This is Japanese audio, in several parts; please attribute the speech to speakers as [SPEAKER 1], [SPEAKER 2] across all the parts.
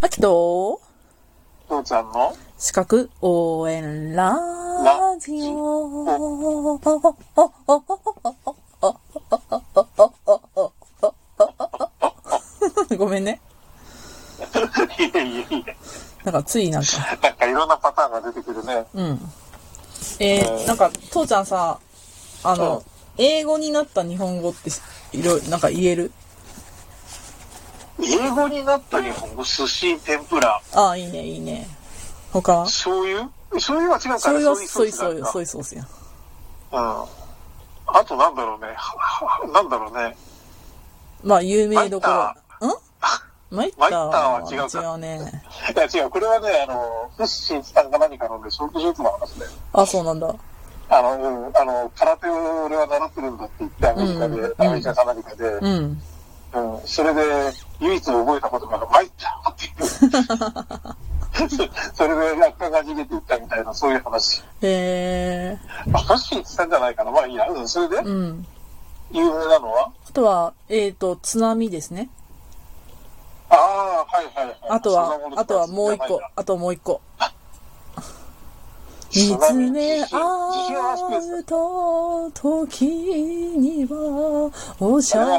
[SPEAKER 1] あきと、
[SPEAKER 2] 父ちゃんの
[SPEAKER 1] 資格応援ラジオ。ごめんね。
[SPEAKER 2] いえいえいえ。
[SPEAKER 1] なんかついなんか。
[SPEAKER 2] なんかいろんなパターンが出てくるね。
[SPEAKER 1] うん。えー、なんか、父ちゃんさ、あの、英語になった日本語って、いろいろ、なんか言える
[SPEAKER 2] 英語になった日本語、寿司、天ぷら、
[SPEAKER 1] ああ、いいね、いいね。他は
[SPEAKER 2] 醤油醤油は違うか
[SPEAKER 1] そ
[SPEAKER 2] ら
[SPEAKER 1] れはソイ
[SPEAKER 2] ソ
[SPEAKER 1] ソ
[SPEAKER 2] ー
[SPEAKER 1] イ、
[SPEAKER 2] ス
[SPEAKER 1] ソイソースや。
[SPEAKER 2] だなうん。あとなんだろうね。ははなんだろうね。
[SPEAKER 1] まあ、有名どころ。んマイッター
[SPEAKER 2] マイッターは違う
[SPEAKER 1] 違
[SPEAKER 2] か
[SPEAKER 1] うね。
[SPEAKER 2] いや違う、これはね、あの、フッシーさんが何かのね、ショートショートの話だよ。
[SPEAKER 1] あ、そうなんだ。
[SPEAKER 2] あの、うんあの、空手を俺は習ってるんだって言って、アメリカで、
[SPEAKER 1] うん
[SPEAKER 2] アメリカか何かで、う
[SPEAKER 1] うん。
[SPEAKER 2] ん、それで、唯一覚えた言葉が、参ったっていう。 そそれで落下が逃げていったみたいな、そういう話。
[SPEAKER 1] え
[SPEAKER 2] まあ、フッシーさんじゃないかな。まあいいや、うん、それで
[SPEAKER 1] ー、、うん。
[SPEAKER 2] 有名なのは
[SPEAKER 1] あとは、えーと、津波ですね。
[SPEAKER 2] ああ、はいはいはい。
[SPEAKER 1] あと
[SPEAKER 2] そんな
[SPEAKER 1] は
[SPEAKER 2] も、の
[SPEAKER 1] あとはもう一個、あともう一個。見つめ合うと時にはおしゃべ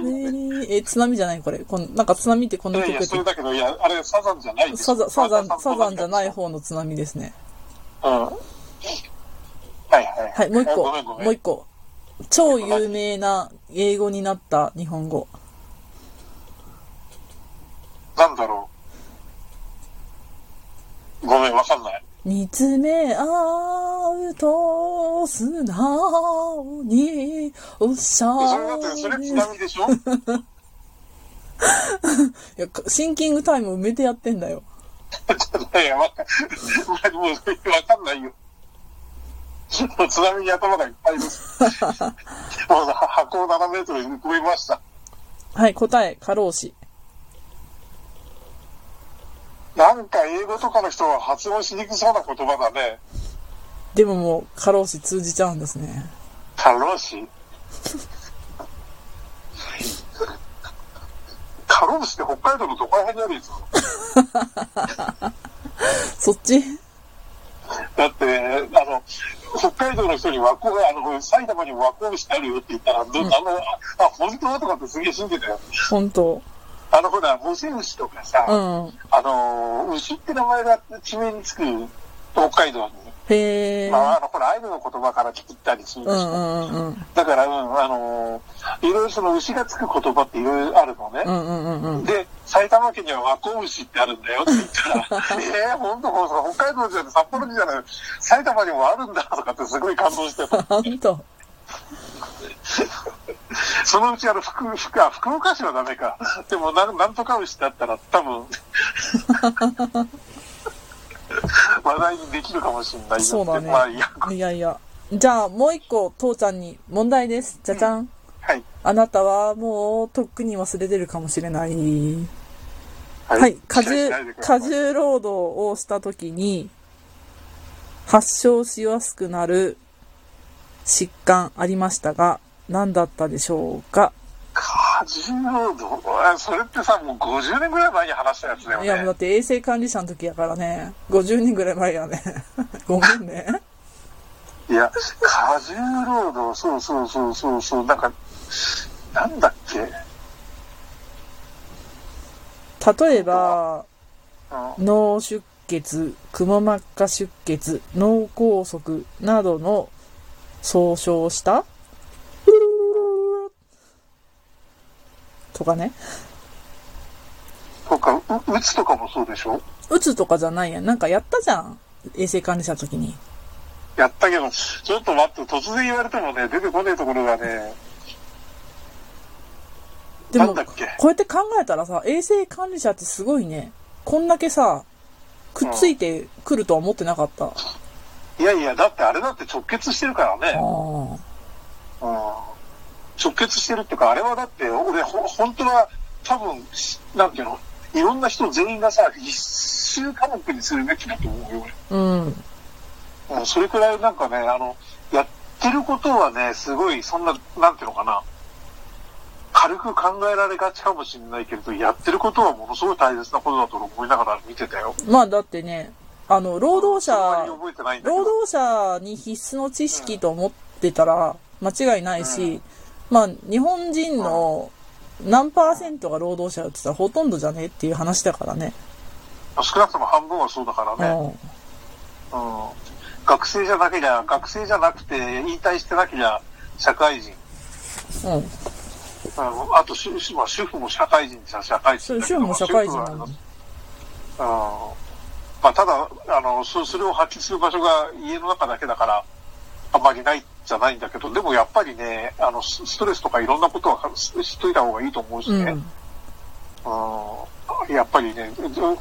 [SPEAKER 1] り。え、津波じゃないこれ。こんなんか津波ってこん
[SPEAKER 2] い
[SPEAKER 1] な
[SPEAKER 2] や
[SPEAKER 1] 曲
[SPEAKER 2] いや、
[SPEAKER 1] って
[SPEAKER 2] それだけど、いや、あれ、サザンじゃないでしょ
[SPEAKER 1] サザン、サザン、サザンじゃない
[SPEAKER 2] うん。
[SPEAKER 1] 方の津波ですね。
[SPEAKER 2] はいはい。
[SPEAKER 1] はい、もう一個、
[SPEAKER 2] ごめんごめん。
[SPEAKER 1] もう一個。超有名な英語になった日本語。
[SPEAKER 2] なんだろう。ごめん、わかんない。
[SPEAKER 1] 見つめ合うと素直におしゃ
[SPEAKER 2] それだって、それ
[SPEAKER 1] べり。
[SPEAKER 2] 津
[SPEAKER 1] い
[SPEAKER 2] 波でしょ
[SPEAKER 1] や、シンキングタイム埋めてやってんだよ。
[SPEAKER 2] いや、わかんない。もう、わかんないよ。もう津波に頭がいっぱいです。もう箱を7メートルに込めました。
[SPEAKER 1] はい、答え、過労死。
[SPEAKER 2] なんか英語とかの人は発音しにくそうな言葉だね。
[SPEAKER 1] でももう、過労死通じちゃうんですね。
[SPEAKER 2] 過労死過労死って北海道のどこら辺にあるやつなの
[SPEAKER 1] そっ ち
[SPEAKER 2] だって、あの、北海道の人に和光、あの、埼玉に和光市あるよって言ったら、どあの、あ、本当とかってすげえ信じたよ。
[SPEAKER 1] 本当。
[SPEAKER 2] あの、ほら、母性牛とかさ、
[SPEAKER 1] うん。
[SPEAKER 2] あの、牛って名前が地名につく、北海道に。
[SPEAKER 1] へえ。
[SPEAKER 2] まあ、あの、ほら、アイヌの言葉から切ったりするで
[SPEAKER 1] う
[SPEAKER 2] しょ
[SPEAKER 1] んうんうんうん。
[SPEAKER 2] だから、うん、あのーいろいろその牛がつく言葉っていろいろあるの
[SPEAKER 1] う
[SPEAKER 2] ね。
[SPEAKER 1] んうんうんうん。
[SPEAKER 2] で、埼玉県には和光牛ってあるんだよって言ったら、 えー、ほんと、ほんと北海道じゃなくて札幌じゃない、埼玉にもあるんだとかってすごい感動してた。
[SPEAKER 1] あんた。
[SPEAKER 2] そのうちあの、福、福、あ、福岡市はダメか。 でも、なん、なんとか牛だったら多分、 話題にできるかもしれないよって
[SPEAKER 1] そうだね
[SPEAKER 2] まあ、いいや。
[SPEAKER 1] いやいや。じゃあ、もう一個、父ちゃんに問題です。じゃじゃん。
[SPEAKER 2] はい。
[SPEAKER 1] あなたはもう、とっくに忘れてるかもしれない。
[SPEAKER 2] は
[SPEAKER 1] はい。過重
[SPEAKER 2] 期待しないでく、ださ
[SPEAKER 1] 過
[SPEAKER 2] い
[SPEAKER 1] 重労働をしたときに、発症しやすくなる疾患ありましたが、何だったでしょうか
[SPEAKER 2] 過重労働あそれってさ、もう50年ぐらい前に話したやつだよ
[SPEAKER 1] い
[SPEAKER 2] ね。
[SPEAKER 1] や、もうだって衛生管理者の時やからね、50人ぐらい前やね。 ごめんね。
[SPEAKER 2] いや、過重労働、そうそうそうそう、そうなんか、なんだっけ、うん、
[SPEAKER 1] 例えば、脳出血、くも膜下出血、脳梗塞などの総称したとかね。
[SPEAKER 2] とか、う、うつとかもそうでしょ
[SPEAKER 1] うつとかじゃないやん。なんかやったじゃん。衛生管理者の時に。
[SPEAKER 2] やったけど、ちょっと待って、突然言われてもね、出てこねえところがね、
[SPEAKER 1] で
[SPEAKER 2] な
[SPEAKER 1] も、
[SPEAKER 2] んだっ
[SPEAKER 1] こ
[SPEAKER 2] け
[SPEAKER 1] うやって考えたらさ、衛生管理者ってすごいね。こんだけさ、くっついてくるとは思ってなかった。あ
[SPEAKER 2] いやいや、だってあれだって直結してるから
[SPEAKER 1] あ。
[SPEAKER 2] ね、うん、直結してるっていうか、あれはだって、俺、ほ、本当は、多分、しなんていうの、いろんな人全員がさ、必修科目にするべきだと思うよ、
[SPEAKER 1] う
[SPEAKER 2] 俺。
[SPEAKER 1] ん。
[SPEAKER 2] もうそれくらいなんかね、あの、やってることはね、すごい、そんな、なんていうのかな、軽く考えられがちかもしれないけれど、やってることはものすごい大切なことだと思いながら見てたよ。
[SPEAKER 1] まあだってね、あの、労働者、
[SPEAKER 2] あんまり覚えてないんだけ
[SPEAKER 1] 労
[SPEAKER 2] ど。
[SPEAKER 1] 働者に必須の知識と思ってたら間違いないし、まあ日本人の何パーセントが労働者だって言ったらほとんどじゃねっていう話だからね。
[SPEAKER 2] 少なくとも半分はそうだからね。
[SPEAKER 1] う
[SPEAKER 2] うん学生じゃなけりゃ、学生じゃなくて、引退してなけりゃ、社会人。
[SPEAKER 1] ん。うん。
[SPEAKER 2] うん、あと主、主まあ主婦も社会人じゃ社会人だけ
[SPEAKER 1] そう
[SPEAKER 2] ど。
[SPEAKER 1] 主婦も社会人なの
[SPEAKER 2] まあ主婦はあれだうん。まあ、ただ、あの、そそれを発揮する場所が家の中だけだから、あまりないじゃないんだけど、でもやっぱりね、あの、スストレスとかいろんなことはししといた方がいいと思うし
[SPEAKER 1] う
[SPEAKER 2] ね。
[SPEAKER 1] ん。
[SPEAKER 2] うんやっぱりね、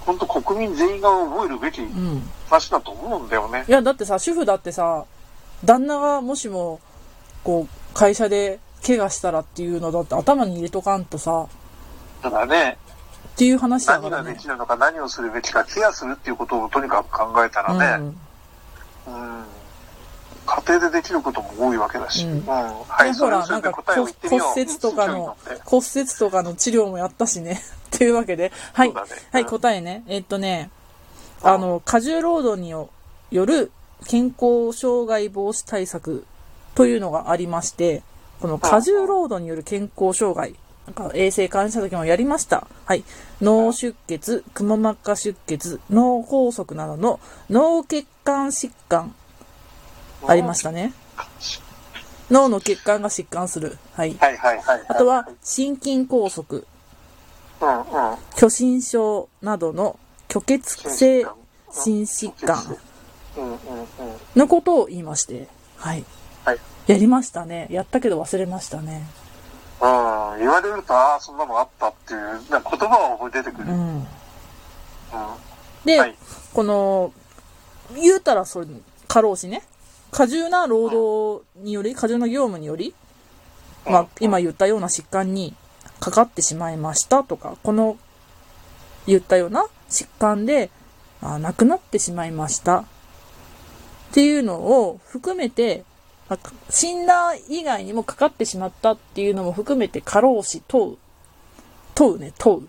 [SPEAKER 2] 本当国民全員が覚えるべき
[SPEAKER 1] うん。
[SPEAKER 2] 話だと思うんだよね
[SPEAKER 1] い。や、だってさ、主婦だってさ、旦那がもしも、こう、会社で怪我したらっていうのだって頭に入れとかんとさ、
[SPEAKER 2] ただね、
[SPEAKER 1] っていう話だ
[SPEAKER 2] 何
[SPEAKER 1] から
[SPEAKER 2] がで
[SPEAKER 1] ね。
[SPEAKER 2] きるのか何をするべきかケアするっていうことをとにかく考えた
[SPEAKER 1] う
[SPEAKER 2] らね、
[SPEAKER 1] ん。
[SPEAKER 2] うん家庭でできることも多いわけだし、
[SPEAKER 1] う
[SPEAKER 2] うんんは
[SPEAKER 1] で
[SPEAKER 2] い、
[SPEAKER 1] ほ
[SPEAKER 2] それ
[SPEAKER 1] ら、
[SPEAKER 2] そ
[SPEAKER 1] な
[SPEAKER 2] れ
[SPEAKER 1] ん
[SPEAKER 2] で
[SPEAKER 1] か
[SPEAKER 2] 答えを
[SPEAKER 1] 骨
[SPEAKER 2] 言ってみよう。
[SPEAKER 1] 折とかの、骨折とかの治療もやったしね。 というわけで、はい、
[SPEAKER 2] そうだね
[SPEAKER 1] はい、
[SPEAKER 2] うん
[SPEAKER 1] 答えね。えっとね、
[SPEAKER 2] うん
[SPEAKER 1] あの、過重労働による健康障害防止対策というのがありまして、この過重労働による健康障害、なんか衛生管理した時もやりました。はい。脳出血、くも膜下出血、脳梗塞などの脳血管疾患ありましたね。脳の血管が疾患する。はい。
[SPEAKER 2] はいはいはい、はい。
[SPEAKER 1] あとは、心筋梗塞、
[SPEAKER 2] うんうん。
[SPEAKER 1] 虚心症などの虚血性心疾患
[SPEAKER 2] うんうんうん。
[SPEAKER 1] のことを言いまして、はい。
[SPEAKER 2] はい。
[SPEAKER 1] やりましたね。やったけど忘れましたね。
[SPEAKER 2] うん、言われると、ああ、そんなのあったっていう、なんか言葉は出てくる。
[SPEAKER 1] う
[SPEAKER 2] うん
[SPEAKER 1] ん。で、
[SPEAKER 2] はい
[SPEAKER 1] この、言うたらそれ、過労死ね。過重な労働により、過重な業務により、まあ、今言ったような疾患にかかってしまいましたとか、この言ったような疾患で、あ亡くなってしまいましたっていうのを含めて、あ死んだ以外にもかかってしまったっていうのも含めて過労死等、等ね、等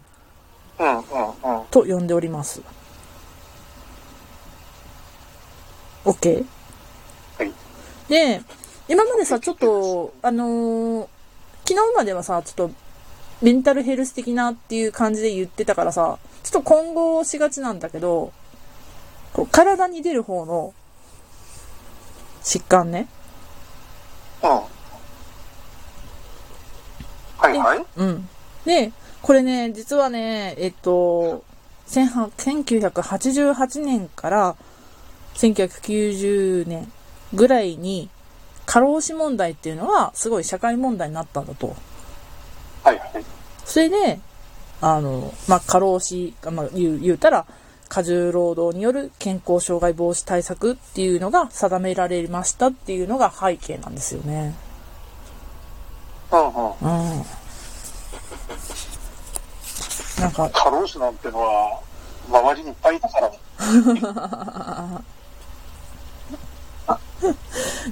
[SPEAKER 2] うんうんうん。
[SPEAKER 1] と呼んでおります。OK?
[SPEAKER 2] はい。
[SPEAKER 1] で、今までさ、ちょっと、あのー昨日まではさ、ちょっと、メンタルヘルス的なっていう感じで言ってたからさ、ちょっと混合しがちなんだけど、こう体に出る方の疾患ね。
[SPEAKER 2] うん。はいはい。
[SPEAKER 1] うん。で、これね、実はね、えっと、1800 1988年から1990年ぐらいに、過労死問題っていうのは、すごい社会問題になったんだと。
[SPEAKER 2] はいはい。
[SPEAKER 1] それで、あの、まあ、過労死、まあ、言う、言うたら、過重労働による健康障害防止対策っていうのが定められましたっていうのが背景なんですよね。
[SPEAKER 2] うんうん。
[SPEAKER 1] うん。なんか、
[SPEAKER 2] 過労死なんてのは、周りにいっぱいいたからね。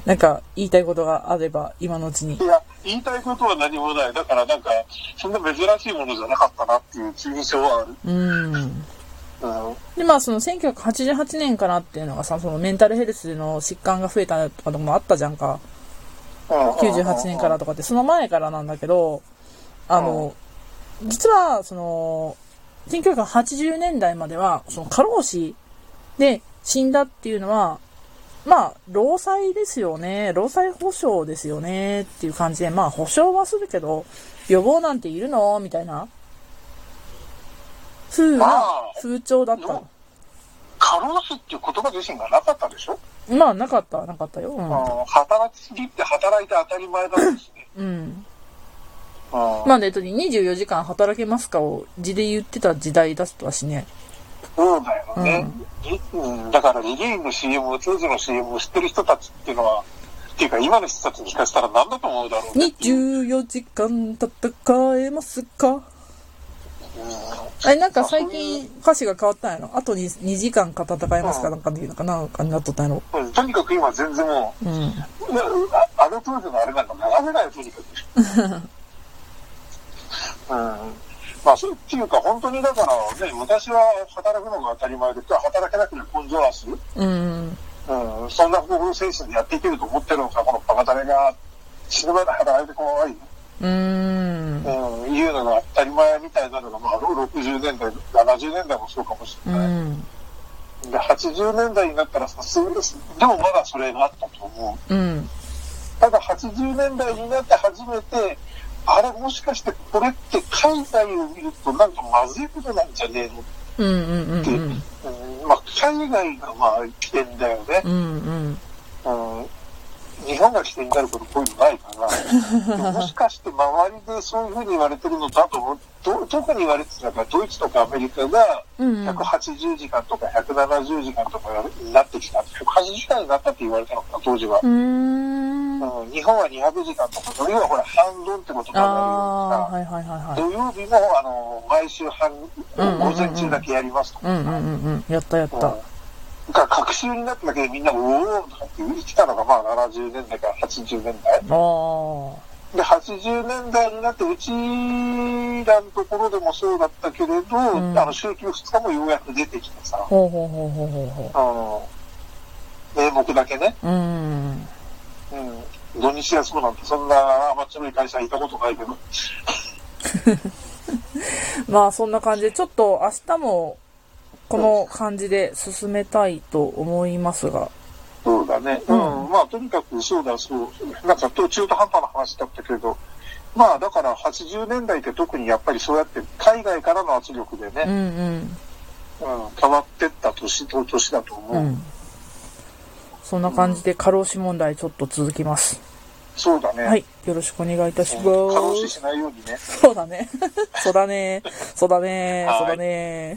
[SPEAKER 1] なんか言いたいことがあれば今のうちに
[SPEAKER 2] い。や、言いたいことは何もない。だからなんか、そんな珍しいものじゃなかったなっていう印象はある。
[SPEAKER 1] うん。
[SPEAKER 2] うん。
[SPEAKER 1] で、まあその1988年からっていうのがさ、そのメンタルヘルスの疾患が増えたとかでもあったじゃんか。98年からとかって、その前からなんだけど、あの、実はその、1980年代までは、その過労死で死んだっていうのは、まあ、労災ですよね。労災保障ですよね。っていう感じで、まあ、保障はするけど、予防なんているのみたいな。風
[SPEAKER 2] ま
[SPEAKER 1] な
[SPEAKER 2] あ
[SPEAKER 1] 風潮だった
[SPEAKER 2] よ。過労死っていう言葉自身がなかったでしょ、
[SPEAKER 1] まあ、なかった、なかったよ。うん
[SPEAKER 2] うん、働きすぎって働いて当たり前だったしね。
[SPEAKER 1] うん。
[SPEAKER 2] うん
[SPEAKER 1] まあ、ね、24時間働けますかを字で言ってた時代だったしね。
[SPEAKER 2] そうだよね、うんだから、リゲインの CM、当時の CM を知ってる人たちっていうのは、っていうか今の人たちに聞かせたら何だと思うだろうねっていう。
[SPEAKER 1] 24時間戦えますかあれ、なんか最近歌詞が変わったんやろあとに2時間か戦えますか
[SPEAKER 2] うん
[SPEAKER 1] なんかでいうのかななんかになっとったんやろ
[SPEAKER 2] うんとにかく今全然もう、
[SPEAKER 1] うん。
[SPEAKER 2] ああの当時のあれなんか流せないよとにかく。うんまあ、そうっていうか、本当にだからね、昔は働くのが当たり前で、今日は働けなくて根性はする。
[SPEAKER 1] うん。
[SPEAKER 2] うん、そんな不法精神でやっていけると思ってるのか、このバカタレが死ぬまで働いて怖い。
[SPEAKER 1] うーん。
[SPEAKER 2] うん、いうのが当たり前みたいなのが、まあ、60年代、70年代もそうかもし
[SPEAKER 1] う
[SPEAKER 2] れない。
[SPEAKER 1] ん。
[SPEAKER 2] で、80年代になったらさすがです。でもまだそれがあったと思う。
[SPEAKER 1] うん。
[SPEAKER 2] ただ80年代になって初めて、あれもしかしてこれって海外を見るとなんかまずいことなんじゃねえのっ
[SPEAKER 1] うん。うん。うん。う
[SPEAKER 2] て、うん
[SPEAKER 1] ん。
[SPEAKER 2] まあ海外がまあ起点だよね
[SPEAKER 1] う、ん。
[SPEAKER 2] うん日本が起点になることこういうのないからもしかして周りでそういうふうに言われてるのだと思うど特に言われてたのがドイツとかアメリカが
[SPEAKER 1] うん。
[SPEAKER 2] 180時間とか170時間とかになってきた180時間になったって言われたのかな当時は。
[SPEAKER 1] うん。
[SPEAKER 2] うん日本は200時間とか、要はほら、半分ってことになる
[SPEAKER 1] あー、は
[SPEAKER 2] よ
[SPEAKER 1] いはいはいはい。
[SPEAKER 2] 土曜日も、あの、毎週半、
[SPEAKER 1] うんうんうん
[SPEAKER 2] 午前中だけやりますとか。
[SPEAKER 1] うんうんうんうん。やったやっ
[SPEAKER 2] うん
[SPEAKER 1] た。
[SPEAKER 2] だから、隔週になっただけでみんな、うおーとかって言ってたのが、まあ、70年代から80年代。
[SPEAKER 1] あー。
[SPEAKER 2] で、80年代になって、うちらのところでもそうだったけれど、
[SPEAKER 1] ん
[SPEAKER 2] あの、週休2日もようやく出てきてさ、
[SPEAKER 1] ほうほうほうほうほうほ
[SPEAKER 2] あの、名目だけね。
[SPEAKER 1] う。うん。
[SPEAKER 2] うん土日休むなんて、そんな甘っちょろい会社いたことないけど。
[SPEAKER 1] まあそんな感じで、ちょっと明日もこの感じで進めたいと思いますが。
[SPEAKER 2] そうだね。うん。まあ、とにかく、そうだ、そう。なんか、途中途半端な話だったけど、まあ、だから、80年代って特にやっぱりそうやって、海外からの圧力で
[SPEAKER 1] う
[SPEAKER 2] ね、
[SPEAKER 1] ん
[SPEAKER 2] うん、変わってった年と年だと
[SPEAKER 1] うん。う
[SPEAKER 2] 思う。
[SPEAKER 1] ん。そんな感じで過労死問題ちょっと続きます。
[SPEAKER 2] そうだね。
[SPEAKER 1] はい。よろしくお願いいたしま
[SPEAKER 2] 過労死
[SPEAKER 1] す。
[SPEAKER 2] しないようにね。
[SPEAKER 1] そうだね。そうだね。そうだね。
[SPEAKER 2] はい
[SPEAKER 1] そうだね。